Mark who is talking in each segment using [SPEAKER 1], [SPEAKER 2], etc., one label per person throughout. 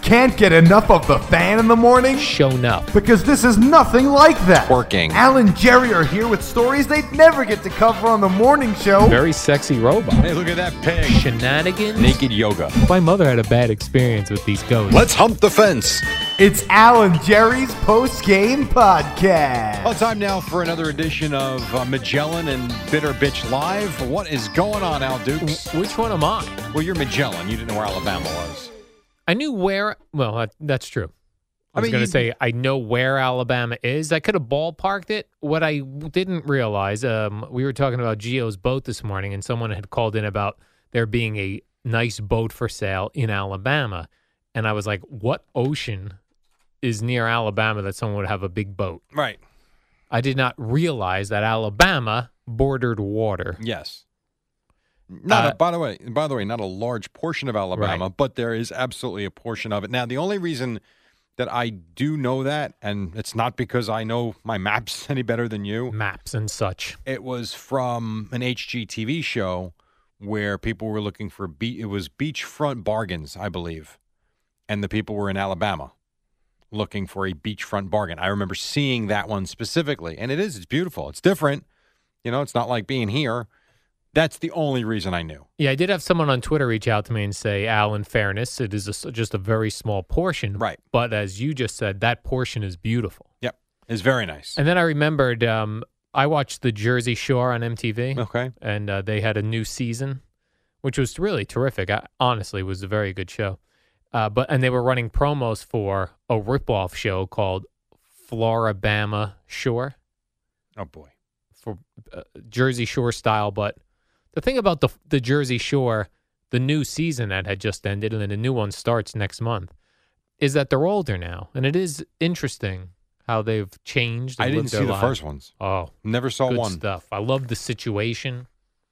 [SPEAKER 1] Can't get enough of the fan in the morning?
[SPEAKER 2] shown up.
[SPEAKER 1] Because this is nothing like that.
[SPEAKER 3] Working.
[SPEAKER 1] Al and Jerry are here with stories they'd never get to cover on the morning show.
[SPEAKER 2] Very sexy robot.
[SPEAKER 3] Hey, look at that pig.
[SPEAKER 2] Shenanigans.
[SPEAKER 3] Naked yoga.
[SPEAKER 2] My mother had a bad experience with these ghosts.
[SPEAKER 3] Let's hump the fence.
[SPEAKER 1] It's Al and Jerry's post game podcast.
[SPEAKER 3] Well, time now for another edition of uh, Magellan and Bitter Bitch Live. What is going on, Al Dukes?
[SPEAKER 2] Which one am I?
[SPEAKER 3] Well, you're Magellan. You didn't know where Alabama was.
[SPEAKER 2] I knew where. Well, that, that's true. I,
[SPEAKER 3] I
[SPEAKER 2] was
[SPEAKER 3] mean,
[SPEAKER 2] going
[SPEAKER 3] you-
[SPEAKER 2] to say I know where Alabama is. I could have ballparked it. What I w- didn't realize, um, we were talking about Geo's boat this morning, and someone had called in about there being a nice boat for sale in Alabama, and I was like, "What ocean is near Alabama that someone would have a big boat?"
[SPEAKER 3] Right.
[SPEAKER 2] I did not realize that Alabama bordered water.
[SPEAKER 3] Yes. Not
[SPEAKER 2] Uh,
[SPEAKER 3] a, by the way, by the way, not a large portion of Alabama, but there is absolutely a portion of it. Now, the only reason that I do know that, and it's not because I know my maps any better than you,
[SPEAKER 2] maps and such.
[SPEAKER 3] It was from an HGTV show where people were looking for be- it was beachfront bargains, I believe, and the people were in Alabama looking for a beachfront bargain. I remember seeing that one specifically, and it is it's beautiful. It's different, you know. It's not like being here. That's the only reason I knew.
[SPEAKER 2] Yeah, I did have someone on Twitter reach out to me and say, Al, in fairness, it is a s just a very small portion.
[SPEAKER 3] Right.
[SPEAKER 2] But as you just said, that portion is beautiful.
[SPEAKER 3] Yep, it's very nice.
[SPEAKER 2] And then I remembered um, I watched The Jersey Shore on MTV,
[SPEAKER 3] okay,
[SPEAKER 2] and uh, they had a new season, which was really terrific. I, honestly, it was a very good show. Uh, but and they were running promos for a ripoff show called Florabama Shore.
[SPEAKER 3] oh boy,
[SPEAKER 2] for uh, Jersey Shore style. But the thing about the the Jersey Shore, the new season that had just ended, and then the new one starts next month, is that they're older now, and it is interesting how they've changed.
[SPEAKER 3] I
[SPEAKER 2] and
[SPEAKER 3] didn't
[SPEAKER 2] lived
[SPEAKER 3] see
[SPEAKER 2] their
[SPEAKER 3] the
[SPEAKER 2] lives.
[SPEAKER 3] first ones.
[SPEAKER 2] Oh,
[SPEAKER 3] Never saw
[SPEAKER 2] good
[SPEAKER 3] one.
[SPEAKER 2] stuff. I love the situation.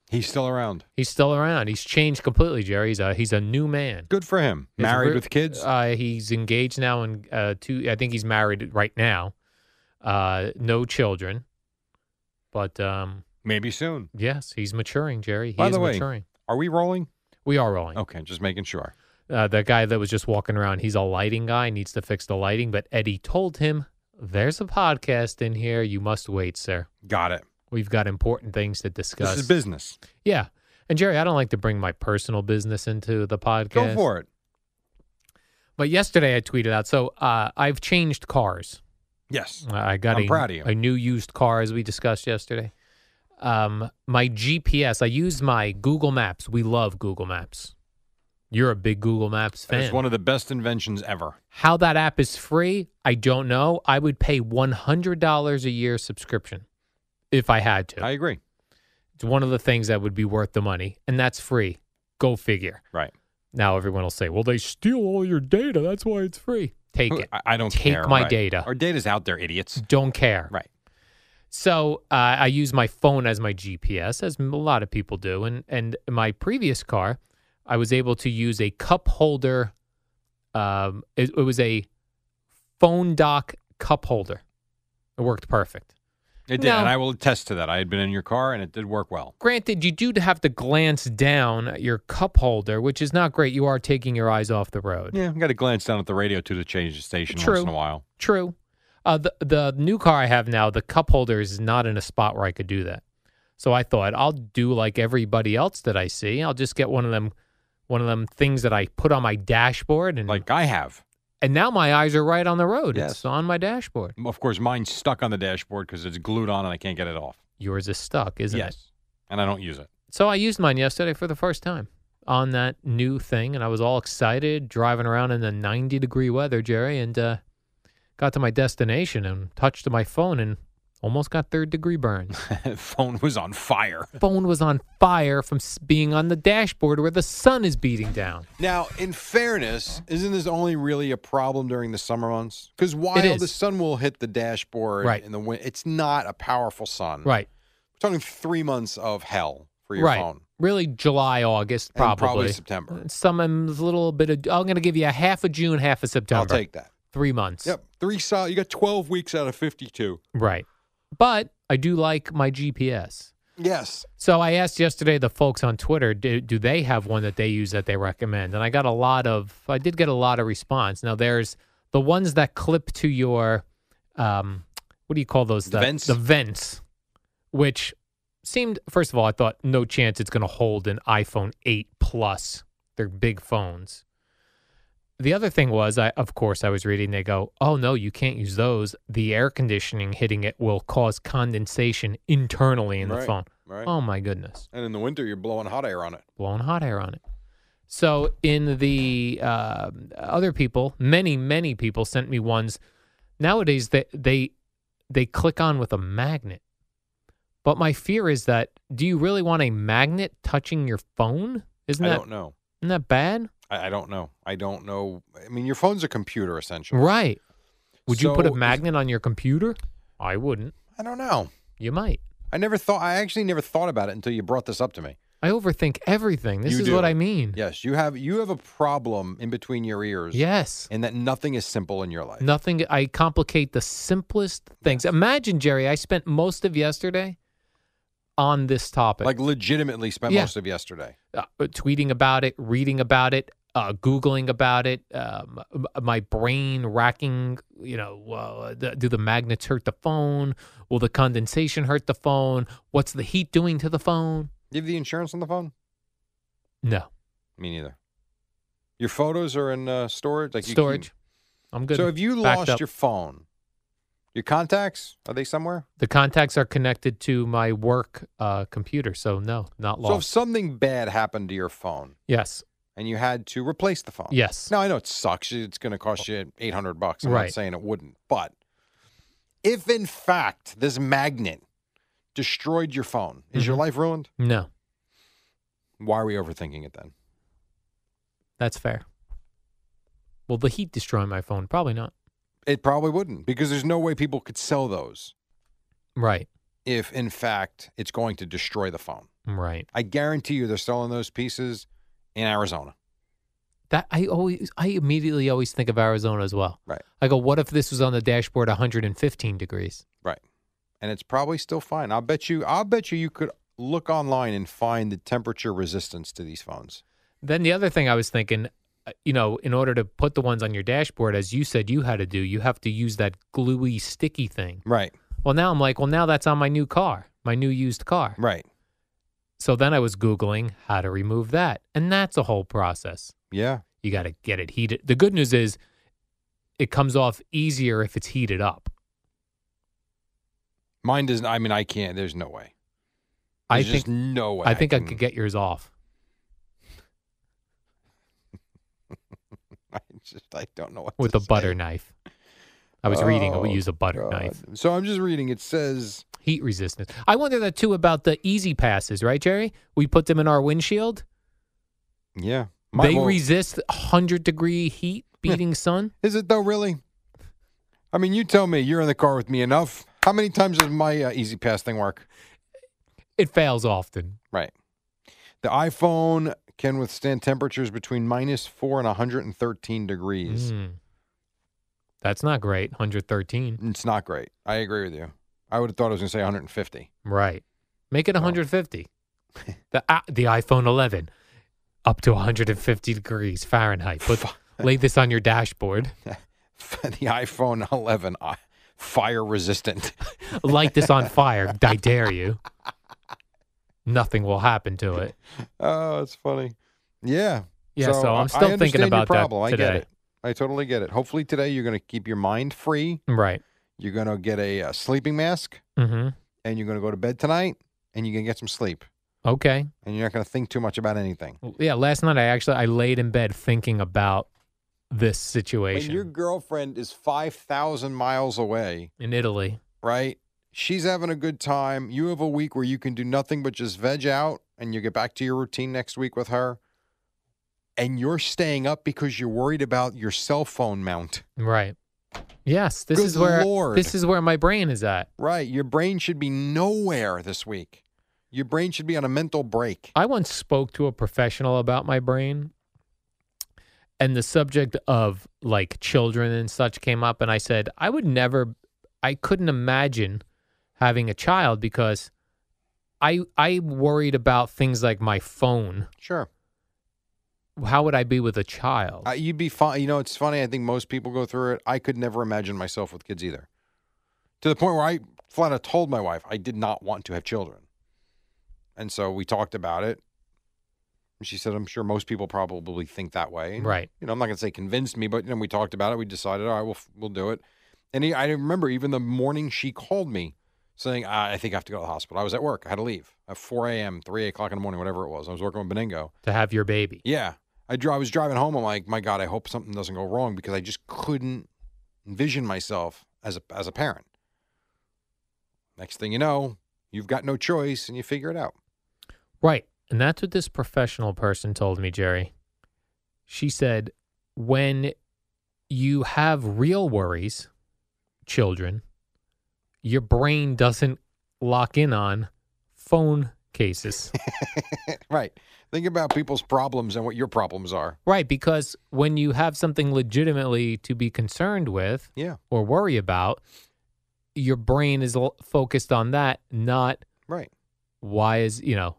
[SPEAKER 3] He's still around.
[SPEAKER 2] He's still around. He's changed completely, Jerry. He's a he's a new man.
[SPEAKER 3] Good for him.
[SPEAKER 2] He's
[SPEAKER 3] Married
[SPEAKER 2] re-
[SPEAKER 3] with kids.
[SPEAKER 2] Uh, he's engaged now, and uh, two. I think he's married right now. Uh, no children, but um,
[SPEAKER 3] Maybe soon.
[SPEAKER 2] Yes, he's maturing, Jerry. He
[SPEAKER 3] By
[SPEAKER 2] is
[SPEAKER 3] the way- Oh.
[SPEAKER 2] maturing.
[SPEAKER 3] Are we rolling?
[SPEAKER 2] We are rolling.
[SPEAKER 3] Okay, just making sure.
[SPEAKER 2] Uh, the guy that was just walking around, he's a lighting guy, needs to fix the lighting. But Eddie told him, "There's a podcast in here. You must wait, sir.
[SPEAKER 3] Got it.
[SPEAKER 2] We've got important things to discuss."
[SPEAKER 3] This is business.
[SPEAKER 2] yeah, and Jerry, I don't like to bring my personal business into the podcast.
[SPEAKER 3] Go for it.
[SPEAKER 2] But yesterday I tweeted out, so uh, I've changed cars.
[SPEAKER 3] Yes.
[SPEAKER 2] I I got
[SPEAKER 3] I'm
[SPEAKER 2] a,
[SPEAKER 3] proud of you.
[SPEAKER 2] a new used car as we discussed yesterday. Um, my GPS, I use my Google Maps. We love Google Maps. You're a big Google Maps fan.
[SPEAKER 3] It's one of the best inventions ever.
[SPEAKER 2] How that app is free, I don't know. I would pay $100 a year subscription if I had to.
[SPEAKER 3] I agree.
[SPEAKER 2] it's one of the things that would be worth the money, and that's free. Go figure.
[SPEAKER 3] Right.
[SPEAKER 2] Now everyone will say, well, they steal all your data. That's why it's free. Take it.
[SPEAKER 3] I, I don't
[SPEAKER 2] Take
[SPEAKER 3] care.
[SPEAKER 2] my
[SPEAKER 3] right.
[SPEAKER 2] data. Mm-hmm.
[SPEAKER 3] Our data's out there, idiots.
[SPEAKER 2] Don't care.
[SPEAKER 3] Right.
[SPEAKER 2] So uh, I use my phone as my GPS, as a lot of people do. And and my previous car, I was able to use a cup holder. Um, it, it was a phone dock cup holder. It worked perfect.
[SPEAKER 3] It did,
[SPEAKER 2] No.
[SPEAKER 3] and I will attest to that. I had been in your car, and it did work well.
[SPEAKER 2] Granted, you do have to glance down at your cup holder, which is not great. You are taking your eyes off the road.
[SPEAKER 3] Yeah, I got to glance down at the radio too to change the station
[SPEAKER 2] True.
[SPEAKER 3] once in a while.
[SPEAKER 2] True. Uh, the the new car I have now, the cup holder is not in a spot where I could do that. So I thought I'll do like everybody else that I see. I'll just get one of them, one of them things that I put on my dashboard, and
[SPEAKER 3] Like I have.
[SPEAKER 2] and now my eyes are right on the road. It's
[SPEAKER 3] Yes.
[SPEAKER 2] on my dashboard.
[SPEAKER 3] Of course, mine's stuck on the dashboard because it's glued on, and I can't get it off.
[SPEAKER 2] Yours is stuck, isn't
[SPEAKER 3] yes, and I don't use it.
[SPEAKER 2] it? So I used mine yesterday for the first time. on that new thing, and I was all excited driving around in the 90 degree weather, Jerry, and uh, got to my destination and touched my phone and almost got third degree burns.
[SPEAKER 3] Phone was on fire.
[SPEAKER 2] phone was on fire from s- being on the dashboard where the sun is beating down.
[SPEAKER 3] Now, in fairness, isn't this only really a problem during the summer months? Because while
[SPEAKER 2] is.
[SPEAKER 3] the sun will hit the dashboard
[SPEAKER 2] Right.
[SPEAKER 3] in the wind, it's not a powerful sun.
[SPEAKER 2] Right,
[SPEAKER 3] We're talking three months of hell Mm, for your
[SPEAKER 2] right.
[SPEAKER 3] phone.
[SPEAKER 2] Really, July, August,
[SPEAKER 3] And probably
[SPEAKER 2] probably. Uh,
[SPEAKER 3] September.
[SPEAKER 2] Some a little bit of. I'm going to give you a half of June, half of September.
[SPEAKER 3] I'll take that.
[SPEAKER 2] three months.
[SPEAKER 3] Yep. Three solid. You got 12 weeks out of 52.
[SPEAKER 2] Right. But I do like my GPS.
[SPEAKER 3] Yes.
[SPEAKER 2] So I asked yesterday the folks on Twitter, do, do they have one that they use that they recommend? And I got a lot of, I did get a lot of response. Now there's the ones that clip to your, um, what do you call those?
[SPEAKER 3] The vents?
[SPEAKER 2] The vents, which seemed, first of all, I thought no chance it's going to hold an iPhone 8 Plus. They're big phones. The other thing was, I of course, I was reading. They go, "Oh no, you can't use those. The air conditioning hitting it will cause condensation internally in the
[SPEAKER 3] Right,
[SPEAKER 2] phone."
[SPEAKER 3] right.
[SPEAKER 2] Oh my goodness,
[SPEAKER 3] And in the winter, you're blowing hot air on it.
[SPEAKER 2] blowing hot air on it. So in the uh, other people, many many people sent me ones. Nowadays, they they they click on with a magnet. But my fear is that do you really want a magnet touching your phone? Isn't
[SPEAKER 3] I
[SPEAKER 2] that
[SPEAKER 3] don't know.
[SPEAKER 2] isn't that bad?
[SPEAKER 3] I, I don't know. I don't know. I mean, your phone's a computer, essentially.
[SPEAKER 2] Right. Would you put a
[SPEAKER 3] So if-
[SPEAKER 2] magnet on your computer? I wouldn't.
[SPEAKER 3] I don't know.
[SPEAKER 2] You might.
[SPEAKER 3] I never thought. I actually never thought about it until you brought this up to me.
[SPEAKER 2] I overthink everything. This
[SPEAKER 3] You
[SPEAKER 2] is
[SPEAKER 3] do.
[SPEAKER 2] what I mean.
[SPEAKER 3] Yes, you have you have a problem in between your ears.
[SPEAKER 2] Yes.
[SPEAKER 3] and that nothing is simple in your life.
[SPEAKER 2] Nothing. I complicate the simplest things. Imagine, Jerry, I spent most of yesterday on this topic,
[SPEAKER 3] Like legitimately spent
[SPEAKER 2] Yeah.
[SPEAKER 3] most of yesterday.
[SPEAKER 2] uh, tweeting about it, reading about it, uh, Googling about it. Um, m- my brain racking, you know, uh, the, do the magnets hurt the phone? Will the condensation hurt the phone? What's the heat doing to the phone?
[SPEAKER 3] Do you have the insurance on the phone?
[SPEAKER 2] No.
[SPEAKER 3] Me neither. Your photos are in uh, storage. Like you keep-
[SPEAKER 2] storage. I'm good.
[SPEAKER 3] So if you
[SPEAKER 2] Backed
[SPEAKER 3] lost
[SPEAKER 2] up.
[SPEAKER 3] your phone, your contacts are they somewhere?
[SPEAKER 2] the contacts are connected to my work uh, computer, so no, not
[SPEAKER 3] So if
[SPEAKER 2] lost.
[SPEAKER 3] something bad happened to your phone
[SPEAKER 2] yes,
[SPEAKER 3] and you had to replace the phone,
[SPEAKER 2] Yes.
[SPEAKER 3] Now I know it sucks. It's going to cost you eight hundred bucks. I'm not
[SPEAKER 2] Right.
[SPEAKER 3] saying it wouldn't, but if in fact this magnet destroyed your phone, is your
[SPEAKER 2] Mhm.
[SPEAKER 3] life ruined?
[SPEAKER 2] no,
[SPEAKER 3] Why are we overthinking it then?
[SPEAKER 2] that's fair. Will the heat destroy my phone? Probably not.
[SPEAKER 3] It probably wouldn't because there's no way people could sell those
[SPEAKER 2] Right,
[SPEAKER 3] if, in fact, it's going to destroy the phone.
[SPEAKER 2] right.
[SPEAKER 3] I guarantee you they're selling those pieces in Arizona.
[SPEAKER 2] That I always, I immediately always think of Arizona as well.
[SPEAKER 3] Right.
[SPEAKER 2] I go, what if this was on the dashboard 115 degrees?
[SPEAKER 3] Right. And it's probably still fine. I'll bet you, I'll bet you you could look online and find the temperature resistance to these phones.
[SPEAKER 2] Then the other thing I was thinking, uh, you know, in order to put the ones on your dashboard, as you said you had to do, you have to use that gluey sticky thing.
[SPEAKER 3] Right.
[SPEAKER 2] Well, now I'm like, well, now that's on my new car, my new used car.
[SPEAKER 3] Right.
[SPEAKER 2] So then I was Googling how to remove that. And that's a whole process.
[SPEAKER 3] Yeah.
[SPEAKER 2] You got to get it heated. The good news is it comes off easier if it's heated up.
[SPEAKER 3] Mine doesn't, I mean, I can't, there's no way.
[SPEAKER 2] I
[SPEAKER 3] There's just
[SPEAKER 2] think
[SPEAKER 3] no way.
[SPEAKER 2] I think I,
[SPEAKER 3] can-
[SPEAKER 2] could get yours off.
[SPEAKER 3] I just, I don't know what
[SPEAKER 2] With
[SPEAKER 3] to
[SPEAKER 2] a butter
[SPEAKER 3] say.
[SPEAKER 2] knife. I was reading I would
[SPEAKER 3] Oh,
[SPEAKER 2] use a butter
[SPEAKER 3] God.
[SPEAKER 2] knife.
[SPEAKER 3] So I'm just reading. It says,
[SPEAKER 2] Heat resistance. I wonder that too about the easy passes, right, Jerry? We put them in our windshield.
[SPEAKER 3] yeah.
[SPEAKER 2] they
[SPEAKER 3] well,
[SPEAKER 2] resist 100 degree heat beating sun.
[SPEAKER 3] Is it though, really? I mean, you tell me. You're in the car with me enough. How many times does my uh, Easy Pass thing work?
[SPEAKER 2] It fails often.
[SPEAKER 3] Right. The iPhone can withstand temperatures between minus four and 113 degrees.
[SPEAKER 2] Mm. That's not great. 113.
[SPEAKER 3] It's not great. I agree with you. I would have thought I was going to say 150.
[SPEAKER 2] Right. Make it 150. the uh, the iPhone 11 up to 150 degrees Fahrenheit. Put lay this on your dashboard.
[SPEAKER 3] the iPhone 11, uh, fire resistant.
[SPEAKER 2] Light this on fire. I dare you. Nothing will happen to it.
[SPEAKER 3] oh, that's funny. Yeah.
[SPEAKER 2] Yeah, so I'm
[SPEAKER 3] I-
[SPEAKER 2] still
[SPEAKER 3] I
[SPEAKER 2] thinking
[SPEAKER 3] understand your
[SPEAKER 2] about that
[SPEAKER 3] problem. I get
[SPEAKER 2] today.
[SPEAKER 3] it. I totally get it. Hopefully today you're going to keep your mind free.
[SPEAKER 2] Right.
[SPEAKER 3] You're going to get a uh, sleeping mask.
[SPEAKER 2] Mm-hmm.
[SPEAKER 3] and you're going to go to bed tonight and you're going to get some sleep.
[SPEAKER 2] Okay.
[SPEAKER 3] and you're not going to think too much about anything.
[SPEAKER 2] Well, Yeah. Last night I actually I laid in bed thinking about this
[SPEAKER 3] When your
[SPEAKER 2] situation
[SPEAKER 3] girlfriend is 5,000 miles away,
[SPEAKER 2] in Italy.
[SPEAKER 3] right? She's having a good time. You have a week where you can do nothing but just veg out and you get back to your routine next week with her. And you're staying up because you're worried about your cell phone mount.
[SPEAKER 2] Right. Yes. This
[SPEAKER 3] Good
[SPEAKER 2] is where
[SPEAKER 3] Lord.
[SPEAKER 2] this is where my brain is at.
[SPEAKER 3] Right. Your brain should be nowhere this week. Your brain should be on a mental break.
[SPEAKER 2] I once spoke to a professional about my brain, and the subject of like children and such came up. And I said, I would never, I couldn't imagine having a child because I I worried about things like my phone.
[SPEAKER 3] Sure.
[SPEAKER 2] How would I be with a child?
[SPEAKER 3] Uh, you'd be fine. You know, it's funny. I think most people go through it. I could never imagine myself with kids either. To the point where I flat out told my wife I did not want to have children. And so we talked about it. And she said, I'm sure most people probably think that way. And,
[SPEAKER 2] Right.
[SPEAKER 3] You know, I'm not going to say convinced me, but you know, we talked about it. We decided, all right, we'll, f- we'll do it. And he, I remember even the morning she called me saying, I, I think I have to go to the hospital. I was at work. I had to leave at 4 a.m., 3 o'clock in the morning, whatever it was. I was working with Beningo.
[SPEAKER 2] to have your baby.
[SPEAKER 3] Yeah. I, dri I was driving home. I'm like, my God, I hope something doesn't go wrong because I just couldn't envision myself as a, as a parent. Next thing you know, you've got no choice and you figure it out.
[SPEAKER 2] Right. And that's what this professional person told me, Jerry. She said, when you have real worries, children, your brain doesn't lock in on phone cases.
[SPEAKER 3] Right. Think about people's problems and what your problems are.
[SPEAKER 2] right. Because when you have something legitimately to be concerned with
[SPEAKER 3] Yeah.
[SPEAKER 2] or worry about, your brain is l- focused on that, not
[SPEAKER 3] Right.
[SPEAKER 2] why is, you know,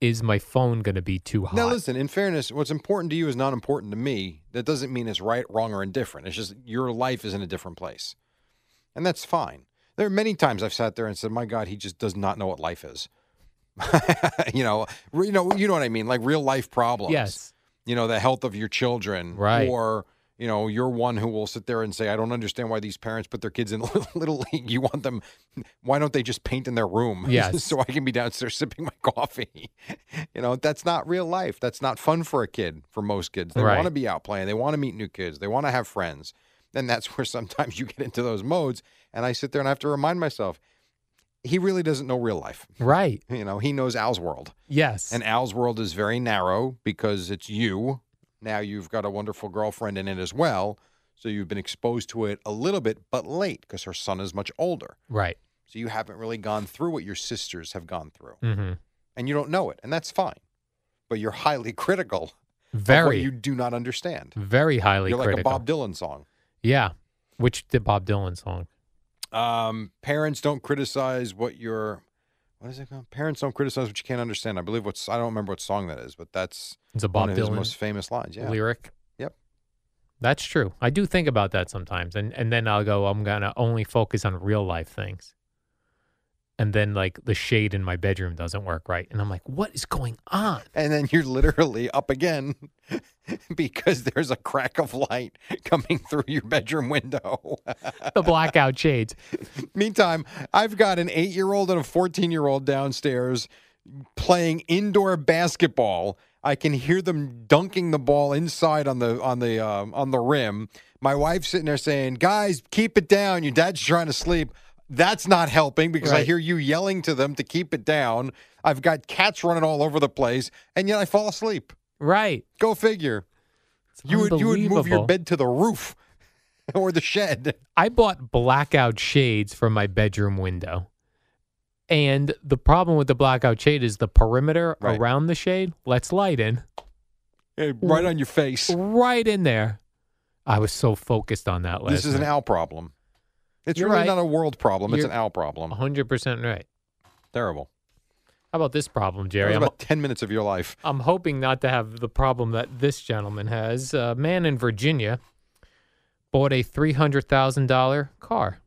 [SPEAKER 2] is my phone going to be too hot?
[SPEAKER 3] Now, listen, in fairness, what's important to you is not important to me. That doesn't mean it's right, wrong, or indifferent. It's just your life is in a different place. And that's fine. There are many times I've sat there and said, my God, he just does not know what life is. you know, re- you know, you know what I mean? Like real life problems.
[SPEAKER 2] yes.
[SPEAKER 3] You know, the health of your children.
[SPEAKER 2] Right.
[SPEAKER 3] Or, you know, you're one who will sit there and say, I don't understand why these parents put their kids in little, little league. You want them, why don't they just paint in their room?
[SPEAKER 2] Yes.
[SPEAKER 3] so I can be downstairs sipping my coffee. you know, that's not real life. That's not fun for a kid, for most kids. They
[SPEAKER 2] Right.
[SPEAKER 3] want to be out playing, they want to meet new kids, they want to have friends. And that's where sometimes you get into those modes. And I sit there and I have to remind myself, he really doesn't know real life.
[SPEAKER 2] Right.
[SPEAKER 3] You know, he knows Al's world.
[SPEAKER 2] Yes.
[SPEAKER 3] And Al's world is very narrow because it's you. Now you've got a wonderful girlfriend in it as well. So you've been exposed to it a little bit, but late because her son is much older.
[SPEAKER 2] right.
[SPEAKER 3] So you haven't really gone through what your sisters have gone through.
[SPEAKER 2] Mm-hmm.
[SPEAKER 3] And you don't know it. And that's fine. But you're highly critical of what
[SPEAKER 2] Very,
[SPEAKER 3] you do not understand.
[SPEAKER 2] very highly
[SPEAKER 3] you're
[SPEAKER 2] critical.
[SPEAKER 3] like a Bob Dylan song.
[SPEAKER 2] yeah, which the Bob Dylan song.
[SPEAKER 3] Um, parents don't criticize what your what is it called? Parents don't criticize what you can't understand. I believe what's I don't remember what song that is, but that's
[SPEAKER 2] It's a Bob
[SPEAKER 3] one of his
[SPEAKER 2] Dylan
[SPEAKER 3] most famous lines. Yeah.
[SPEAKER 2] lyric.
[SPEAKER 3] Yep.
[SPEAKER 2] That's true. I do think about that sometimes, and and then I'll go. I'm gonna only focus on real life things. And then like the shade in my bedroom doesn't work right, and I'm like, what is going on?
[SPEAKER 3] and then you're literally up again because there's a crack of light coming through your bedroom window.
[SPEAKER 2] The blackout shades.
[SPEAKER 3] Meantime, I've got an eight year old and a 14 year old downstairs playing indoor basketball. I can hear them dunking the ball inside on the on the um, on the rim. My wife's sitting there saying, "Guys, keep it down. Your dad's trying to sleep." That's not helping because I
[SPEAKER 2] Right.
[SPEAKER 3] hear you yelling to them to keep it down. I've got cats running all over the place, and yet I fall asleep.
[SPEAKER 2] Right.
[SPEAKER 3] Go figure.
[SPEAKER 2] It's
[SPEAKER 3] You would you would move your
[SPEAKER 2] unbelievable.
[SPEAKER 3] bed to the roof or the shed.
[SPEAKER 2] I bought blackout shades for my bedroom window. And the problem with the blackout shade is the perimeter
[SPEAKER 3] Right.
[SPEAKER 2] around the shade lets light in
[SPEAKER 3] Eh, Right on your face.
[SPEAKER 2] right in there. I was so focused on that last
[SPEAKER 3] This is an owl problem. It's
[SPEAKER 2] You're
[SPEAKER 3] really
[SPEAKER 2] right.
[SPEAKER 3] not a world problem. It's
[SPEAKER 2] You're- Uh-huh.
[SPEAKER 3] an owl problem.
[SPEAKER 2] 100% right.
[SPEAKER 3] Terrible.
[SPEAKER 2] How about this problem,
[SPEAKER 3] That
[SPEAKER 2] Jerry?
[SPEAKER 3] was
[SPEAKER 2] I'm,
[SPEAKER 3] about 10 minutes of your life.
[SPEAKER 2] I'm hoping not to have the problem that this gentleman has. A man in Virginia bought a $300,000 car.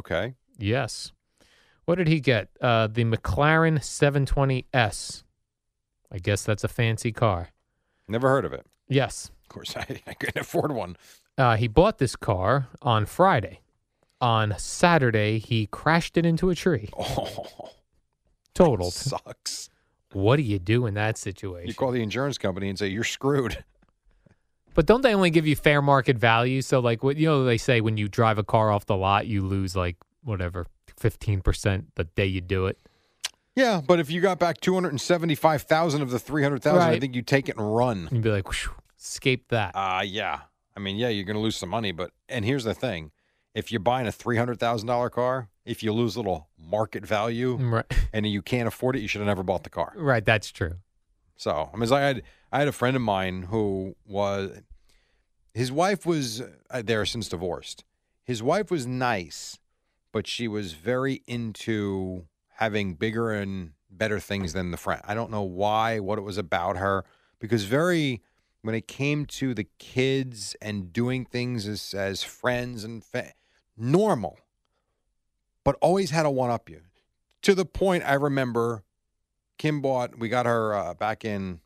[SPEAKER 3] Okay.
[SPEAKER 2] Yes. What did he get? Uh, the McLaren 720S. I guess that's a fancy car.
[SPEAKER 3] Never heard of it.
[SPEAKER 2] Yes.
[SPEAKER 3] Of course, I, I couldn't afford one.
[SPEAKER 2] Uh, he bought this car on Friday. On Saturday, he crashed it into a tree.
[SPEAKER 3] Oh,
[SPEAKER 2] Totaled.
[SPEAKER 3] sucks.
[SPEAKER 2] What do you do in that
[SPEAKER 3] You
[SPEAKER 2] situation?
[SPEAKER 3] call the insurance company and say you're screwed.
[SPEAKER 2] But don't they only give you fair market value? So like what you know they say when you drive a car off the lot, you lose like whatever fifteen percent the day you do it.
[SPEAKER 3] Yeah, but if you got back two hundred and seventy-five thousand of the three hundred thousand, I
[SPEAKER 2] Right.
[SPEAKER 3] think you take it and run.
[SPEAKER 2] You'd be like, "Whew, escape that.
[SPEAKER 3] Uh yeah. I mean, yeah, you're going to lose some money, but and here's the thing: if you're buying a three hundred thousand dollar car, if you lose little market value
[SPEAKER 2] right.
[SPEAKER 3] and you can't afford it, you should have never bought the car.
[SPEAKER 2] Right, that's true.
[SPEAKER 3] So I mean, it's like I had I had a friend of mine who was his wife was uh, they're since divorced. His wife was nice, but she was very into having bigger and better things than the friend. I don't know why, what it was about her, because very when it came to the kids and doing things as as friends and fa- normal, but always had a one up you. To the point, I remember Kim bought, we got her uh, back in,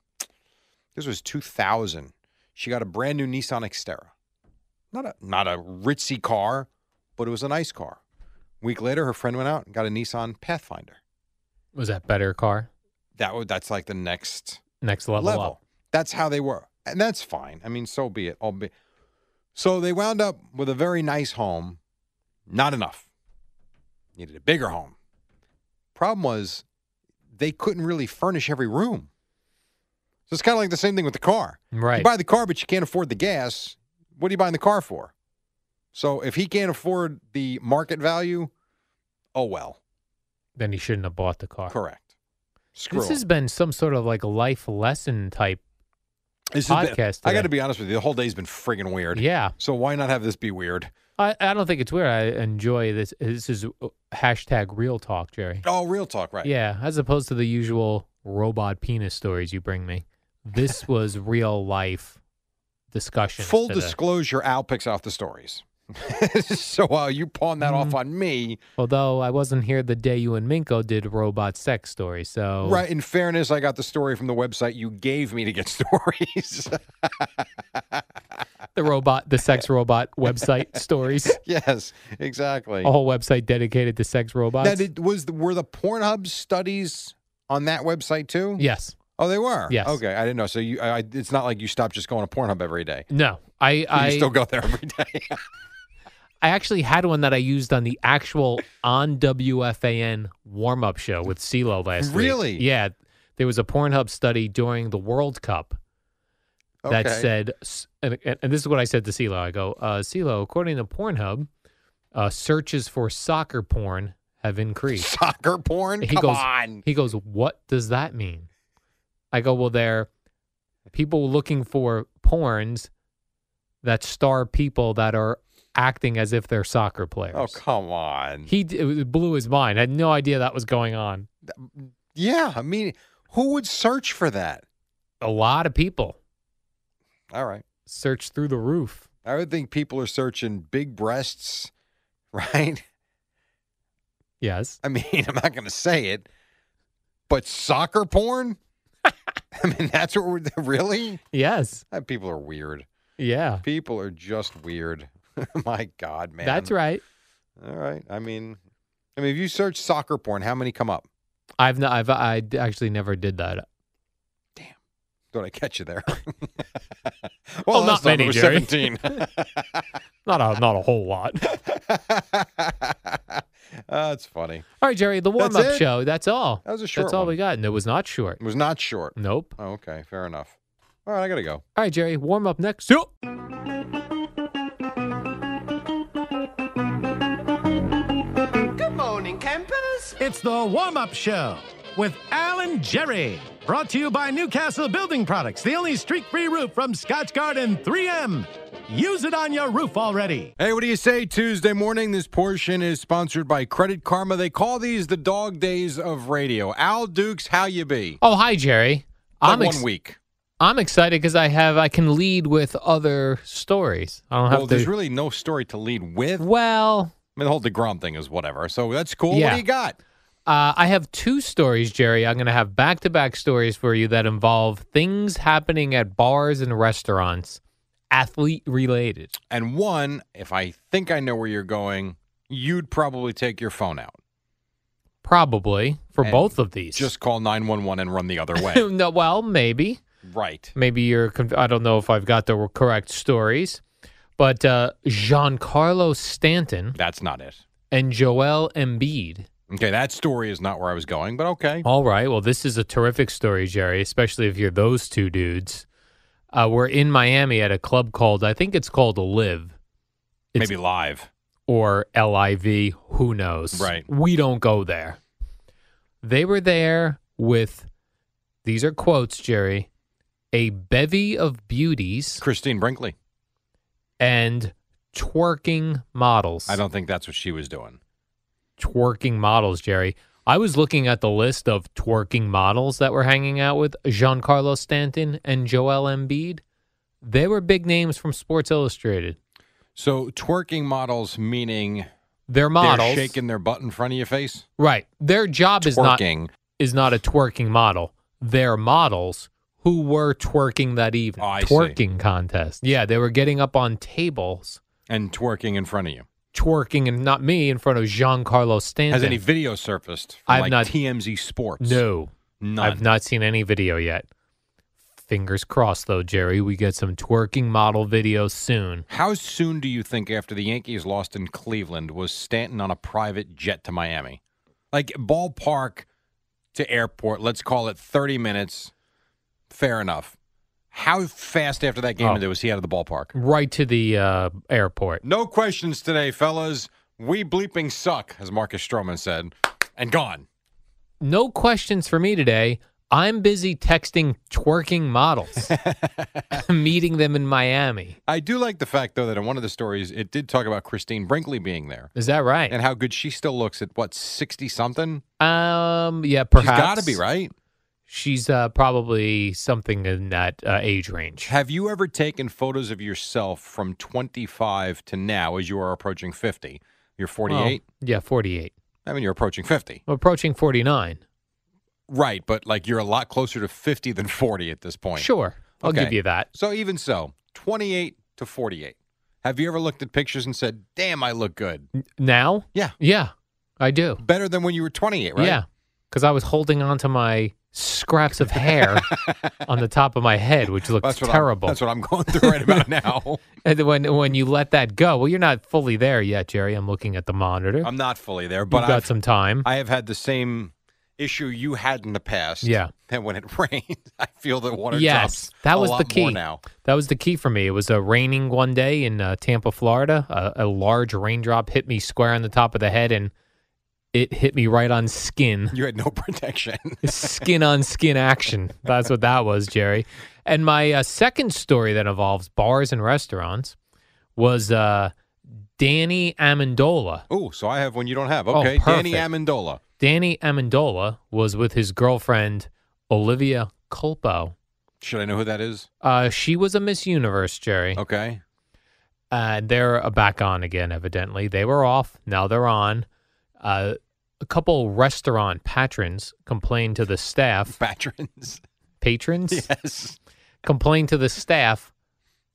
[SPEAKER 3] this was 2000. She got a brand new Nissan Xterra. Not a, not a ritzy car, but it was a nice car. week later, her friend went out and got a Nissan Pathfinder.
[SPEAKER 2] Was that better car?
[SPEAKER 3] That would, That's like the next
[SPEAKER 2] Next level,
[SPEAKER 3] level.
[SPEAKER 2] up.
[SPEAKER 3] That's how they were, and that's fine. I mean, so be it. I'll be. So they wound up with a very nice home, not enough. Needed a bigger home. Problem was, they couldn't really furnish every room. So it's kind of like the same thing with the car. You
[SPEAKER 2] Right.
[SPEAKER 3] buy the car, but you can't afford the gas. What are you buying the car for? So if he can't afford the market value, oh well.
[SPEAKER 2] then he shouldn't have bought the car.
[SPEAKER 3] Correct. Screw
[SPEAKER 2] This
[SPEAKER 3] him.
[SPEAKER 2] has been some sort of like life lesson type.
[SPEAKER 3] This been-
[SPEAKER 2] podcast
[SPEAKER 3] I got to
[SPEAKER 2] today.
[SPEAKER 3] be honest with you. The whole day's been friggin' weird.
[SPEAKER 2] Yeah.
[SPEAKER 3] So why not have this be weird?
[SPEAKER 2] I, I don't think it's weird. I enjoy this. This is uh, hashtag real talk, Jerry.
[SPEAKER 3] Oh, real talk, right?
[SPEAKER 2] Yeah, as opposed to the usual robot penis stories you bring me. This was real life discussion.
[SPEAKER 3] Full disclosure, Al picks out the stories. so uh, you pawn that
[SPEAKER 2] Mm-hmm.
[SPEAKER 3] off on me,
[SPEAKER 2] Although I wasn't here the day you and Minko did robot sex story, so
[SPEAKER 3] right? In fairness, I got the story from the website you gave me to get stories.
[SPEAKER 2] the robot, the sex robot website stories,
[SPEAKER 3] yes, exactly.
[SPEAKER 2] a whole website dedicated to sex robots.
[SPEAKER 3] Now, did, was the, were the Pornhub studies on that website too?
[SPEAKER 2] yes.
[SPEAKER 3] Oh, they were.
[SPEAKER 2] Yes.
[SPEAKER 3] Okay, I didn't know. So you, I, I- it's not like you stopped just going to Pornhub every day.
[SPEAKER 2] No. I
[SPEAKER 3] You
[SPEAKER 2] I,
[SPEAKER 3] still go there every day.
[SPEAKER 2] I actually had one that I used on the actual on WFAN warm up show with CeeLo last week.
[SPEAKER 3] Really?
[SPEAKER 2] Yeah. There was a Pornhub study during the World Cup that
[SPEAKER 3] Okay.
[SPEAKER 2] said, s- and, and and this is what I said to CeeLo. I go, uh, CeeLo, according to Pornhub, uh, searches for soccer porn have increased.
[SPEAKER 3] soccer porn.
[SPEAKER 2] He
[SPEAKER 3] Come
[SPEAKER 2] goes,
[SPEAKER 3] on.
[SPEAKER 2] He goes, what does that mean? I go, well, they're people looking for porns that star people that are acting as if they're soccer players.
[SPEAKER 3] Oh, come on.
[SPEAKER 2] He d- it blew his mind. I had no idea that was going on.
[SPEAKER 3] Yeah, I mean, who would search for that?
[SPEAKER 2] A lot of people
[SPEAKER 3] All right.
[SPEAKER 2] searched through the roof.
[SPEAKER 3] I would think people are searching big breasts, right?
[SPEAKER 2] Yes.
[SPEAKER 3] I mean, I'm not going to say it, but soccer porn? I mean, that's what we're really?
[SPEAKER 2] Yes.
[SPEAKER 3] Uh, People are weird.
[SPEAKER 2] Yeah.
[SPEAKER 3] People are just weird. My God, man.
[SPEAKER 2] That's right.
[SPEAKER 3] All right. I mean, I mean, if you search soccer porn, how many come up?
[SPEAKER 2] I've not, I've I d- actually never did that.
[SPEAKER 3] Thought I catch you there.
[SPEAKER 2] Well,
[SPEAKER 3] last
[SPEAKER 2] not
[SPEAKER 3] time
[SPEAKER 2] many,
[SPEAKER 3] it was
[SPEAKER 2] Jerry.
[SPEAKER 3] 17.
[SPEAKER 2] Not a not a whole lot.
[SPEAKER 3] That's funny.
[SPEAKER 2] All right, Jerry, the warm up
[SPEAKER 3] it?
[SPEAKER 2] show. That's all.
[SPEAKER 3] That was a short
[SPEAKER 2] That's all
[SPEAKER 3] one. Mm.
[SPEAKER 2] we got, and it was not short.
[SPEAKER 3] It was not short.
[SPEAKER 2] Nope.
[SPEAKER 3] Oh, okay, fair enough. All right, I gotta go.
[SPEAKER 2] All right, Jerry, warm up next. Yo!
[SPEAKER 4] Good morning, campers.
[SPEAKER 5] It's the warm up show with Alan Jerry. Brought to you by Newcastle Building Products, the only streak free roof from Scotch Garden 3M. Use it on your roof already.
[SPEAKER 3] Hey, what do you say? Tuesday morning. This portion is sponsored by Credit Karma. They call these the dog days of radio. Al Dukes, how you be?
[SPEAKER 2] Oh, hi, Jerry.
[SPEAKER 3] Like
[SPEAKER 2] I'm ex-
[SPEAKER 3] one week.
[SPEAKER 2] I'm excited because I have I can lead with other stories. I don't have
[SPEAKER 3] Well,
[SPEAKER 2] to.
[SPEAKER 3] there's really no story to lead with. I mean,
[SPEAKER 2] well,
[SPEAKER 3] the whole Degrom thing is whatever. So that's cool. What
[SPEAKER 2] Yeah.
[SPEAKER 3] do you got?
[SPEAKER 2] Uh, I have two stories, Jerry. I'm going to have back to back stories for you that involve things happening at bars and restaurants, athlete related.
[SPEAKER 3] And one, if I think I know where you're going, you'd probably take your phone out.
[SPEAKER 2] Probably for
[SPEAKER 3] And
[SPEAKER 2] both of these.
[SPEAKER 3] Just call 911 and run the other way.
[SPEAKER 2] no, well, maybe.
[SPEAKER 3] right.
[SPEAKER 2] Maybe you're. Conf- I don't know if I've got the correct stories, but uh, Giancarlo Stanton
[SPEAKER 3] That's not it.
[SPEAKER 2] and Joel Embiid.
[SPEAKER 3] Okay, that story is not where I was going, but okay.
[SPEAKER 2] All right. Well, this is a terrific story, Jerry, especially if you're those two dudes. Uh, we're in Miami at a club called, I think it's called Live it's-
[SPEAKER 3] Maybe live.
[SPEAKER 2] or LIV. Who knows?
[SPEAKER 3] Right.
[SPEAKER 2] We don't go there. They were there with, these are quotes, Jerry, a bevy of beauties
[SPEAKER 3] Christine Brinkley.
[SPEAKER 2] and twerking models.
[SPEAKER 3] I don't think that's what she was doing.
[SPEAKER 2] twerking models, Jerry. I was looking at the list of twerking models that were hanging out with Giancarlo Stanton and Joel Embiid. They were big names from Sports Illustrated.
[SPEAKER 3] So twerking models meaning
[SPEAKER 2] They're models,
[SPEAKER 3] they're shaking their butt in front of your face.
[SPEAKER 2] right? Their job is not
[SPEAKER 3] twerking.
[SPEAKER 2] is not a twerking model. They're models who were twerking that evening.
[SPEAKER 3] Oh, I see.
[SPEAKER 2] twerking contest. Yeah, they were getting up on tables,
[SPEAKER 3] and twerking in front of you.
[SPEAKER 2] twerking, and not me in front of Giancarlo Stanton.
[SPEAKER 3] Has any video surfaced? From
[SPEAKER 2] I've
[SPEAKER 3] like
[SPEAKER 2] not-
[SPEAKER 3] TMZ Sports.
[SPEAKER 2] No,
[SPEAKER 3] None.
[SPEAKER 2] I've not seen any video yet. Fingers crossed, though, Jerry. We get some twerking model videos soon.
[SPEAKER 3] How soon do you think after the Yankees lost in Cleveland was Stanton on a private jet to Miami? Like ballpark to airport, let's call it 30 minutes. Fair enough. How fast after that game
[SPEAKER 2] Oh.
[SPEAKER 3] ended was he out of the ballpark?
[SPEAKER 2] Right to the uh, airport.
[SPEAKER 3] No questions today, fellas. We bleeping suck, as Marcus Stroman said, and gone.
[SPEAKER 2] No questions for me today. I'm busy texting twerking models, meeting them in Miami.
[SPEAKER 3] I do like the fact, though, that in one of the stories, it did talk about Christine Brinkley being there
[SPEAKER 2] Is that right?
[SPEAKER 3] and how good she still looks at what, 60 something?
[SPEAKER 2] Um, yeah, perhaps.
[SPEAKER 3] She's got to be, right?
[SPEAKER 2] She's uh, probably something in that uh, age range.
[SPEAKER 3] Have you ever taken photos of yourself from 25 to now as you are approaching 50? You're 48.
[SPEAKER 2] Well, yeah, 48.
[SPEAKER 3] I mean, you're approaching 50.
[SPEAKER 2] I'm approaching 49.
[SPEAKER 3] Right, but like you're a lot closer to 50 than 40 at this point.
[SPEAKER 2] Sure. I'll
[SPEAKER 3] Okay.
[SPEAKER 2] give you that.
[SPEAKER 3] So even so, 28 to 48. Have you ever looked at pictures and said, "Damn, I look good."
[SPEAKER 2] Now?
[SPEAKER 3] Yeah.
[SPEAKER 2] Yeah, I do.
[SPEAKER 3] Better than when you were 28, right?
[SPEAKER 2] Yeah, because I was holding on to my scraps of hair on the top of my head, which looked
[SPEAKER 3] That's what I'm-
[SPEAKER 2] terrible.
[SPEAKER 3] that's what I'm going through right about now.
[SPEAKER 2] and then when when you let that go, well, you're not fully there yet, Jerry. I'm looking at the monitor.
[SPEAKER 3] I'm not fully there,
[SPEAKER 2] You've
[SPEAKER 3] but
[SPEAKER 2] got
[SPEAKER 3] I've,
[SPEAKER 2] some time.
[SPEAKER 3] I have had the same issue you had in the past.
[SPEAKER 2] Yeah.
[SPEAKER 3] And when it rains, I feel the water
[SPEAKER 2] yes,
[SPEAKER 3] drops.
[SPEAKER 2] that
[SPEAKER 3] a
[SPEAKER 2] was
[SPEAKER 3] lot
[SPEAKER 2] the key.
[SPEAKER 3] More now.
[SPEAKER 2] That was the key for me. It was uh, raining one day in uh, Tampa, Florida. A a large raindrop hit me square on the top of the head, and it hit me right on skin.
[SPEAKER 3] You had no protection.
[SPEAKER 2] skin on skin action. That's what that was, Jerry. And my uh, second story that involves bars and restaurants was uh, Danny Amendola.
[SPEAKER 3] oh, so I have one you don't have.
[SPEAKER 2] Oh,
[SPEAKER 3] Okay, Danny
[SPEAKER 2] perfect.
[SPEAKER 3] Amendola.
[SPEAKER 2] Danny Amendola was with his girlfriend Olivia Culpo.
[SPEAKER 3] Should I know who that is?
[SPEAKER 2] Uh, she was a Miss Universe, Jerry.
[SPEAKER 3] Okay.
[SPEAKER 2] Uh, they're uh, back on again, evidently. They were off. Now they're on. Uh, a couple restaurant patrons complained to the staff.
[SPEAKER 3] Patrons.
[SPEAKER 2] Patrons?
[SPEAKER 3] yes.
[SPEAKER 2] complained to the staff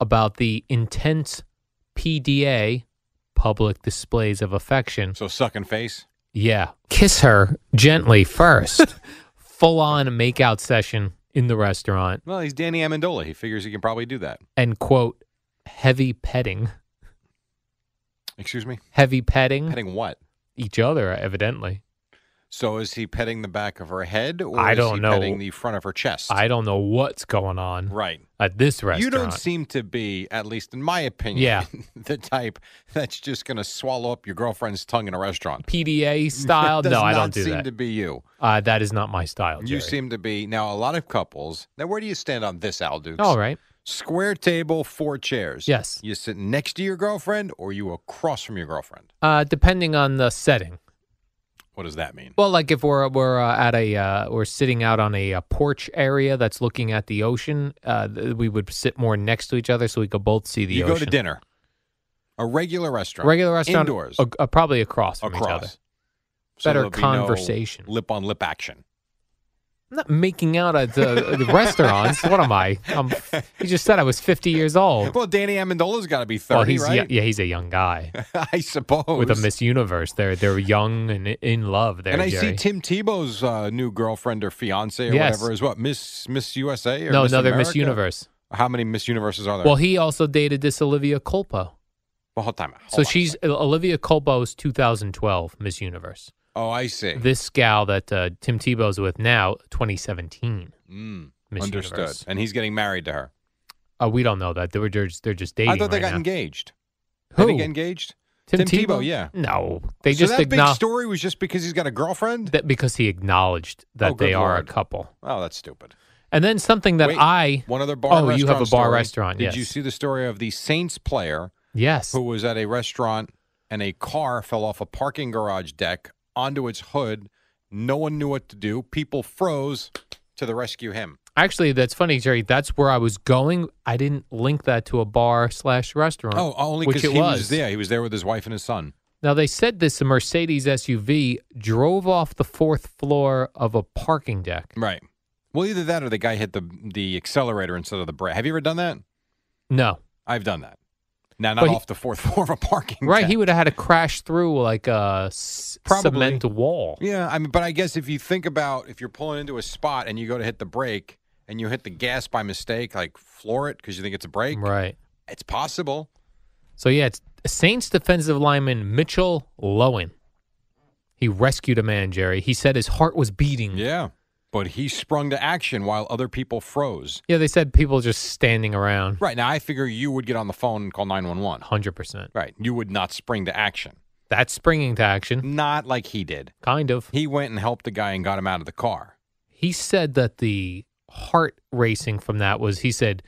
[SPEAKER 2] about the intense PDA public displays of affection.
[SPEAKER 3] So sucking face.
[SPEAKER 2] Yeah. Kiss her gently first. Full on makeout session in the restaurant
[SPEAKER 3] Well, he's Danny Amendola. He figures he can probably do that.
[SPEAKER 2] and quote heavy petting.
[SPEAKER 3] Excuse me.
[SPEAKER 2] Heavy petting,
[SPEAKER 3] Petting what?
[SPEAKER 2] each other evidently.
[SPEAKER 3] So is he petting the back of her head, or
[SPEAKER 2] I
[SPEAKER 3] is
[SPEAKER 2] don't
[SPEAKER 3] he
[SPEAKER 2] know.
[SPEAKER 3] petting the front of her chest?
[SPEAKER 2] I don't know what's going on
[SPEAKER 3] right.
[SPEAKER 2] at this restaurant.
[SPEAKER 3] You don't seem to be, at least in my opinion,
[SPEAKER 2] Yeah.
[SPEAKER 3] the type that's just going to swallow up your girlfriend's tongue in a restaurant.
[SPEAKER 2] PDA style?
[SPEAKER 3] Does
[SPEAKER 2] Uh, No, I don't
[SPEAKER 3] not
[SPEAKER 2] do
[SPEAKER 3] seem
[SPEAKER 2] that.
[SPEAKER 3] to be you.
[SPEAKER 2] uh, that is not my style.
[SPEAKER 3] You
[SPEAKER 2] Jerry.
[SPEAKER 3] seem to be now. A lot of couples. Now, where do you stand on this, Al Dukes?
[SPEAKER 2] all right.
[SPEAKER 3] Square table, four chairs.
[SPEAKER 2] Yes.
[SPEAKER 3] You sit next to your girlfriend, or you across from your girlfriend.
[SPEAKER 2] Uh, depending on the setting.
[SPEAKER 3] What does that mean?
[SPEAKER 2] Well, like if we're we're uh, at a uh, we're sitting out on a, uh porch area that's looking at the ocean, uh, th- we would sit more next to each other so we could both see the
[SPEAKER 3] you
[SPEAKER 2] ocean.
[SPEAKER 3] go to dinner, a regular restaurant,
[SPEAKER 2] regular restaurant,
[SPEAKER 3] indoors,
[SPEAKER 2] uh, uh, probably across from
[SPEAKER 3] across.
[SPEAKER 2] each other.
[SPEAKER 3] So
[SPEAKER 2] Better
[SPEAKER 3] there'll be no
[SPEAKER 2] conversation.
[SPEAKER 3] lip on lip action.
[SPEAKER 2] I'm not making out at the, the restaurants. What am I? Um, you just said I was 50 years old.
[SPEAKER 3] Well, Danny Amendola's got to be 30,
[SPEAKER 2] well, he's
[SPEAKER 3] right?
[SPEAKER 2] yeah, he's a young guy
[SPEAKER 3] I suppose.
[SPEAKER 2] with a Miss Universe. They're they're young and in love. There,
[SPEAKER 3] and I see
[SPEAKER 2] Jerry.
[SPEAKER 3] Tim Tebow's uh, new girlfriend or fiance or
[SPEAKER 2] Yes.
[SPEAKER 3] whatever is what Miss Miss USA or
[SPEAKER 2] no,
[SPEAKER 3] Miss
[SPEAKER 2] another
[SPEAKER 3] America?
[SPEAKER 2] Miss Universe.
[SPEAKER 3] How many Miss Universes are there?
[SPEAKER 2] Well, he also dated this Olivia Culpo.
[SPEAKER 3] Oh, Well, hold time. hold
[SPEAKER 2] So
[SPEAKER 3] on.
[SPEAKER 2] she's uh, Olivia Culpo's 2012 Miss Universe.
[SPEAKER 3] Oh, I see.
[SPEAKER 2] This gal that uh, Tim Tebow's with now, 2017
[SPEAKER 3] Mm,
[SPEAKER 2] Miss
[SPEAKER 3] understood.
[SPEAKER 2] Universe.
[SPEAKER 3] And he's getting married to her.
[SPEAKER 2] Uh, we don't know that. They were just they're just dating.
[SPEAKER 3] I thought they
[SPEAKER 2] right
[SPEAKER 3] got
[SPEAKER 2] now.
[SPEAKER 3] engaged. Did he
[SPEAKER 2] Who?
[SPEAKER 3] get engaged?
[SPEAKER 2] Tim,
[SPEAKER 3] Tim Tebow, yeah.
[SPEAKER 2] No, they
[SPEAKER 3] so
[SPEAKER 2] just
[SPEAKER 3] that big
[SPEAKER 2] acknowledged
[SPEAKER 3] story was just because he's got a girlfriend.
[SPEAKER 2] that because he acknowledged that
[SPEAKER 3] Oh, good
[SPEAKER 2] they are
[SPEAKER 3] Lord.
[SPEAKER 2] a couple.
[SPEAKER 3] oh, that's stupid.
[SPEAKER 2] And then something that
[SPEAKER 3] Wait,
[SPEAKER 2] I
[SPEAKER 3] one other bar.
[SPEAKER 2] Oh, you have a
[SPEAKER 3] restaurant
[SPEAKER 2] bar
[SPEAKER 3] story.
[SPEAKER 2] restaurant,
[SPEAKER 3] Did you
[SPEAKER 2] yes.
[SPEAKER 3] see the story of the Saints player
[SPEAKER 2] yes,
[SPEAKER 3] who was at a restaurant and a car fell off a parking garage deck onto its hood? No one knew what to do. People froze to the rescue him.
[SPEAKER 2] actually that's funny, Jerry. That's where I was going. I didn't link that to a bar slash restaurant.
[SPEAKER 3] Oh, only
[SPEAKER 2] which
[SPEAKER 3] because
[SPEAKER 2] it
[SPEAKER 3] he was.
[SPEAKER 2] was.
[SPEAKER 3] there. He was there with his wife and his son.
[SPEAKER 2] Now they said this Mercedes SUV drove off the fourth floor of a parking deck.
[SPEAKER 3] Right. Well, either that or the guy hit the the accelerator instead of the brake. Have you ever done that?
[SPEAKER 2] No,
[SPEAKER 3] I've done that. Now, not
[SPEAKER 2] But he-
[SPEAKER 3] off the fourth floor of a parking.
[SPEAKER 2] right?
[SPEAKER 3] deck.
[SPEAKER 2] He would have had to crash through like a s-
[SPEAKER 3] Probably.
[SPEAKER 2] cement wall.
[SPEAKER 3] Yeah, I mean, but I guess if you think about if you're pulling into a spot and you go to hit the brake and you hit the gas by mistake, like floor it because you think it's a brake,
[SPEAKER 2] Right.
[SPEAKER 3] it's possible.
[SPEAKER 2] So yeah, it's Saints defensive lineman Mitchell Lowen. He rescued a man, Jerry. He said his heart was beating.
[SPEAKER 3] Yeah, but he sprung to action while other people froze.
[SPEAKER 2] Yeah, they said people just standing around.
[SPEAKER 3] Right now, I figure you would get on the phone and call nine one one.
[SPEAKER 2] Hundred percent.
[SPEAKER 3] Right, you would not spring to action.
[SPEAKER 2] That's springing to action,
[SPEAKER 3] Not like he did.
[SPEAKER 2] kind of.
[SPEAKER 3] He went and helped the guy and got him out of the car.
[SPEAKER 2] He said that the heart racing from that was. He said,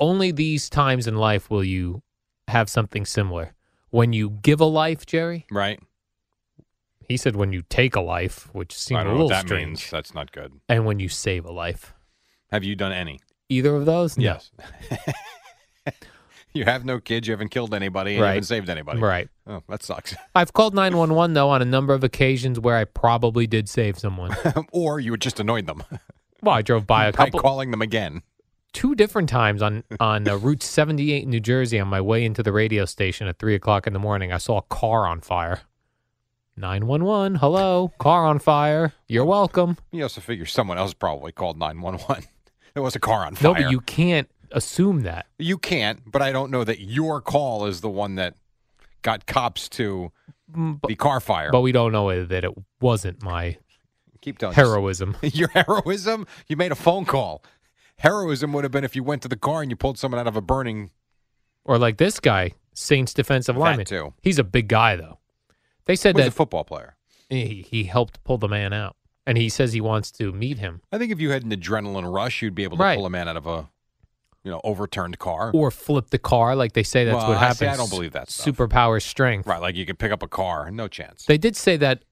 [SPEAKER 2] only these times in life will you have something similar. When you give a life, Jerry.
[SPEAKER 3] Right.
[SPEAKER 2] He said when you take a life, which seemed
[SPEAKER 3] I
[SPEAKER 2] a
[SPEAKER 3] don't know
[SPEAKER 2] little
[SPEAKER 3] what that
[SPEAKER 2] strange,
[SPEAKER 3] means. That's not good.
[SPEAKER 2] and when you save a life.
[SPEAKER 3] Have you done any?
[SPEAKER 2] Either of those? No.
[SPEAKER 3] you have no kids. You haven't killed anybody. and You
[SPEAKER 2] Right.
[SPEAKER 3] haven't saved anybody.
[SPEAKER 2] Right.
[SPEAKER 3] Oh, that sucks.
[SPEAKER 2] I've called 911 though on a number of occasions where I probably did save someone.
[SPEAKER 3] or you just annoyed them
[SPEAKER 2] Well, I drove by a
[SPEAKER 3] by
[SPEAKER 2] couple
[SPEAKER 3] calling them again.
[SPEAKER 2] two different times on on uh, Route 78 in New Jersey on my way into the radio station at three o'clock in the morning. I saw a car on fire. 911, hello, car on fire. You're welcome.
[SPEAKER 3] You also figure someone else probably called 911. There was a car on fire.
[SPEAKER 2] No, but you can't assume that.
[SPEAKER 3] You can't, but I don't know that your call is the one that got cops to
[SPEAKER 2] Mm, But,
[SPEAKER 3] the car fire.
[SPEAKER 2] but we don't know that it wasn't my
[SPEAKER 3] Keep telling us.
[SPEAKER 2] heroism.
[SPEAKER 3] Your heroism? You made a phone call. Heroism would have been if you went to the car and you pulled someone out of a burning.
[SPEAKER 2] Or like this guy, Saints defensive
[SPEAKER 3] That
[SPEAKER 2] lineman.
[SPEAKER 3] too.
[SPEAKER 2] He's a big guy though. They said
[SPEAKER 3] was
[SPEAKER 2] that
[SPEAKER 3] a football player.
[SPEAKER 2] he, he helped pull the man out and he says he wants to meet him
[SPEAKER 3] I think if you had an adrenaline rush, you'd be able to
[SPEAKER 2] Right.
[SPEAKER 3] pull a man out of a, you know, overturned car.
[SPEAKER 2] or flip the car like they say that's
[SPEAKER 3] Well,
[SPEAKER 2] what
[SPEAKER 3] I see,
[SPEAKER 2] happens
[SPEAKER 3] I don't believe that stuff.
[SPEAKER 2] superpower strength
[SPEAKER 3] Right, like you could pick up a car. No chance.
[SPEAKER 2] they did say that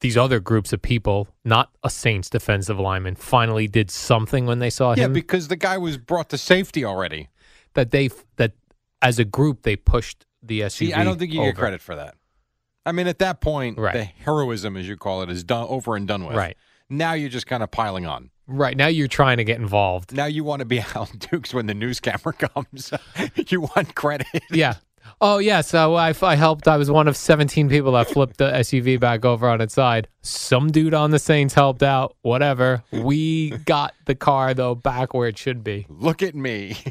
[SPEAKER 2] these other groups of people not a saints defensive lineman finally did something when they saw
[SPEAKER 3] yeah,
[SPEAKER 2] him
[SPEAKER 3] because the guy was brought to safety already.
[SPEAKER 2] that they f- that as a group they pushed the SUV
[SPEAKER 3] See, I don't think you
[SPEAKER 2] over.
[SPEAKER 3] get credit for that. I mean, at that point,
[SPEAKER 2] Right.
[SPEAKER 3] the heroism, as you call it, is done over and done with.
[SPEAKER 2] Right.
[SPEAKER 3] Now you're just kind of piling on.
[SPEAKER 2] right now you're trying to get involved
[SPEAKER 3] Now you want to be Al Dukes when the news camera comes. you want credit.
[SPEAKER 2] yeah oh yeah so I, I helped i was one of 17 people that flipped the suv back over on its side some dude on the saints helped out whatever we got the car though back where it should be
[SPEAKER 3] Look at me.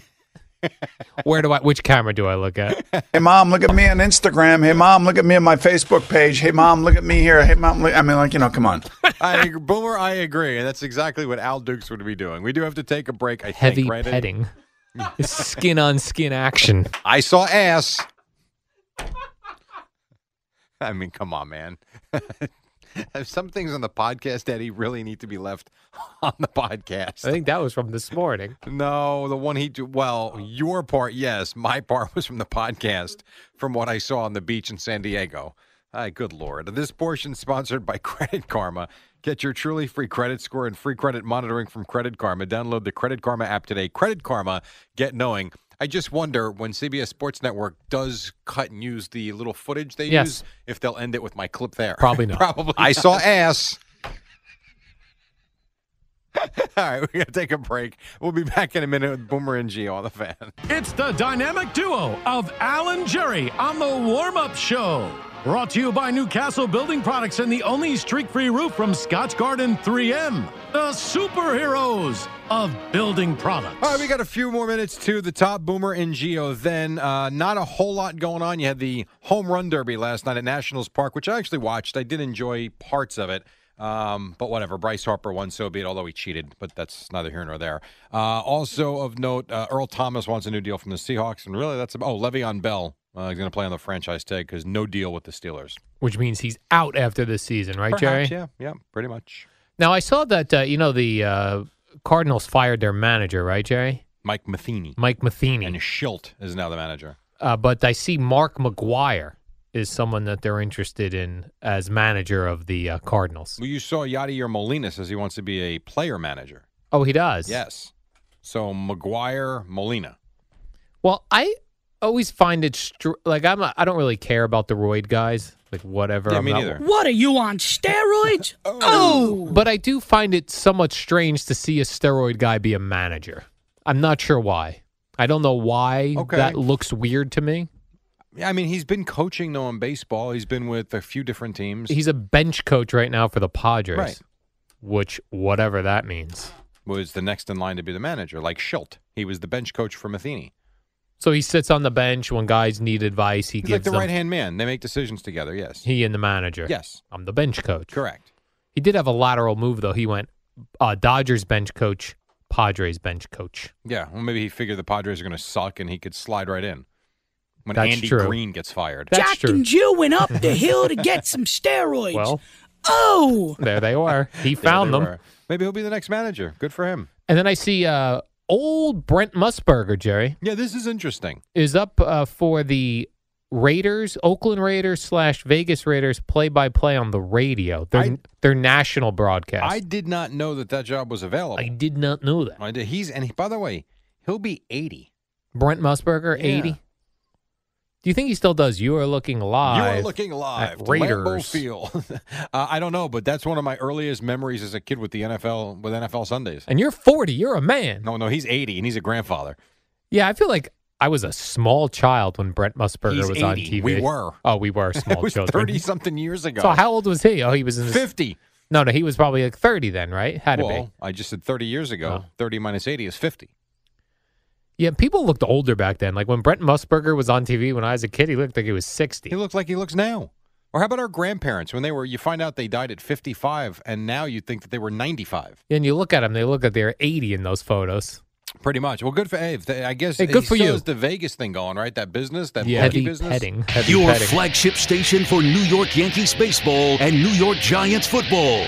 [SPEAKER 2] where do i which camera do i look at
[SPEAKER 6] Hey mom, look at me on Instagram. Hey mom, look at me on my Facebook page. Hey mom, look at me here. Hey mom, look, I mean, like you know, come on.
[SPEAKER 3] I ag- Boomer, I agree. And that's exactly what Al Dukes would be doing. We do have to take a break. I
[SPEAKER 2] heavy
[SPEAKER 3] think, right? Eddie?
[SPEAKER 2] petting skin on skin action
[SPEAKER 3] I saw ass. I mean, come on, man. Some things on the podcast, Eddie, really need to be left on the podcast.
[SPEAKER 2] i think that was from this morning
[SPEAKER 3] No, the one he do. Well, your part, yes. My part was from the podcast, from what I saw on the beach in San Diego. Hi, good lord. This portion sponsored by Credit Karma. Get your truly free credit score and free credit monitoring from Credit Karma. Download the Credit Karma app today. Credit Karma, get knowing. I just wonder when CBS Sports Network does cut and use the little footage they
[SPEAKER 2] Yes.
[SPEAKER 3] use, if they'll end it with my clip there.
[SPEAKER 2] Probably not.
[SPEAKER 3] Probably. I saw ass. All right, we're going to take a break. We'll be back in a minute with Boomer and Gio on the fan.
[SPEAKER 5] It's the dynamic duo of Alan Jerry on the warm up show. Brought to you by Newcastle Building Products and the only streak free roof from Scotch Garden 3M, the superheroes of building products.
[SPEAKER 3] All right, we got a few more minutes to the top Boomer and Geo. Then, uh, not a whole lot going on. You had the home run derby last night at Nationals Park, which I actually watched. I did enjoy parts of it, um, but whatever. Bryce Harper won, so be it. Although he cheated, but that's neither here nor there. Uh, also of note, uh, Earl Thomas wants a new deal from the Seahawks, and really that's about, oh Le'Veon Bell. Uh, he's going to play on the franchise tag because no deal with the Steelers.
[SPEAKER 2] which means he's out after this season, right, Jerry?
[SPEAKER 3] Perhaps, yeah, yeah, pretty much.
[SPEAKER 2] Now I saw that uh, you know the uh, Cardinals fired their manager, right, Jerry?
[SPEAKER 3] Mike Matheny
[SPEAKER 2] Mike
[SPEAKER 3] and
[SPEAKER 2] Matheny.
[SPEAKER 3] Schilt is now the manager.
[SPEAKER 2] Uh, but I see Mark McGuire is someone that they're interested in as manager of the uh, Cardinals.
[SPEAKER 3] Well, you saw Yadier Molina says he wants to be a player manager.
[SPEAKER 2] Oh, he does.
[SPEAKER 3] Yes. So McGuire Molina.
[SPEAKER 2] Well, I always find it str- like I'm a, I don't really care about the roid guys, like whatever.
[SPEAKER 3] Yeah,
[SPEAKER 2] I'm
[SPEAKER 3] me
[SPEAKER 2] not-
[SPEAKER 3] neither.
[SPEAKER 7] What are you on steroids? oh,
[SPEAKER 2] But I do find it somewhat strange to see a steroid guy be a manager. I'm not sure why. I don't know why
[SPEAKER 3] Okay.
[SPEAKER 2] that looks weird to me.
[SPEAKER 3] Yeah, I mean, he's been coaching though in baseball. He's been with a few different teams.
[SPEAKER 2] He's a bench coach right now for the Padres,
[SPEAKER 3] Right.
[SPEAKER 2] which whatever that means.
[SPEAKER 3] was the next in line to be the manager, like Schilt. He was the bench coach for Matheny.
[SPEAKER 2] So he sits on the bench when guys need advice. He
[SPEAKER 3] He's
[SPEAKER 2] gives
[SPEAKER 3] like the
[SPEAKER 2] them.
[SPEAKER 3] right hand man. They make decisions together. Yes.
[SPEAKER 2] He and the manager.
[SPEAKER 3] Yes.
[SPEAKER 2] I'm the bench coach.
[SPEAKER 3] Correct.
[SPEAKER 2] He did have a lateral move though. He went uh, Dodgers bench coach, Padres bench coach.
[SPEAKER 3] Yeah. Well, maybe he figured the Padres are going to suck and he could slide right in when
[SPEAKER 2] That's
[SPEAKER 3] Andy
[SPEAKER 2] true.
[SPEAKER 3] Green gets fired.
[SPEAKER 2] That's
[SPEAKER 7] Jack
[SPEAKER 2] true.
[SPEAKER 7] and Jill went up the hill to get some steroids.
[SPEAKER 2] Well,
[SPEAKER 7] oh,
[SPEAKER 2] there they were. He
[SPEAKER 3] Yeah,
[SPEAKER 2] found
[SPEAKER 3] they
[SPEAKER 2] them.
[SPEAKER 3] were. Maybe he'll be the next manager. Good for him.
[SPEAKER 2] And then I see uh, old Brent Musburger, Jerry,
[SPEAKER 3] Yeah, this is interesting.
[SPEAKER 2] is up uh, for the Raiders, Oakland Raiders slash Vegas Raiders play by play on the radio. Their,
[SPEAKER 3] I-
[SPEAKER 2] their national broadcast.
[SPEAKER 3] I did not know that that job was available.
[SPEAKER 2] I did not know that.
[SPEAKER 3] I did. He's and he, by the way, he'll be eighty.
[SPEAKER 2] Brent Musburger,
[SPEAKER 3] Yeah.
[SPEAKER 2] 80. Do you think he still does? You are looking live.
[SPEAKER 3] You are looking live.
[SPEAKER 2] at
[SPEAKER 3] to Lambeau
[SPEAKER 2] Raiders.
[SPEAKER 3] Field. uh, I don't know, but that's one of my earliest memories as a kid with the NFL with NFL Sundays.
[SPEAKER 2] And you're 40. You're a man.
[SPEAKER 3] No, no, he's eighty and he's a grandfather.
[SPEAKER 2] Yeah, I feel like I was a small child when Brent Musburger
[SPEAKER 3] He's
[SPEAKER 2] was on
[SPEAKER 3] 80.
[SPEAKER 2] TV.
[SPEAKER 3] We were.
[SPEAKER 2] Oh, we were
[SPEAKER 3] It
[SPEAKER 2] small
[SPEAKER 3] was
[SPEAKER 2] children.
[SPEAKER 3] thirty something years ago.
[SPEAKER 2] So how old was he? Oh, he was in his,
[SPEAKER 3] fifty?
[SPEAKER 2] No, no, he was probably like 30 then, right? Had to be.
[SPEAKER 3] Well, I just said thirty years ago.
[SPEAKER 2] Oh.
[SPEAKER 3] Thirty minus eighty is fifty.
[SPEAKER 2] Yeah, people looked older back then. Like when Brent Musburger was on TV when I was a kid, he looked like he was 60.
[SPEAKER 3] He looked like he looks now. Or how about our grandparents when they were? You find out they died at fifty-five, and now you think that they were ninety-five.
[SPEAKER 2] and you look at him, they look like they're 80 in those photos.
[SPEAKER 3] Pretty much. Well, good for Ave. I guess
[SPEAKER 2] Hey,
[SPEAKER 3] he
[SPEAKER 2] good for
[SPEAKER 3] still
[SPEAKER 2] you.
[SPEAKER 3] has the Vegas thing going, right? That business, that
[SPEAKER 2] Yeah.
[SPEAKER 3] monkey
[SPEAKER 2] Heavy
[SPEAKER 3] business.
[SPEAKER 2] petting. Heavy
[SPEAKER 8] Your
[SPEAKER 2] petting.
[SPEAKER 8] flagship station for New York Yankees baseball and New York Giants football.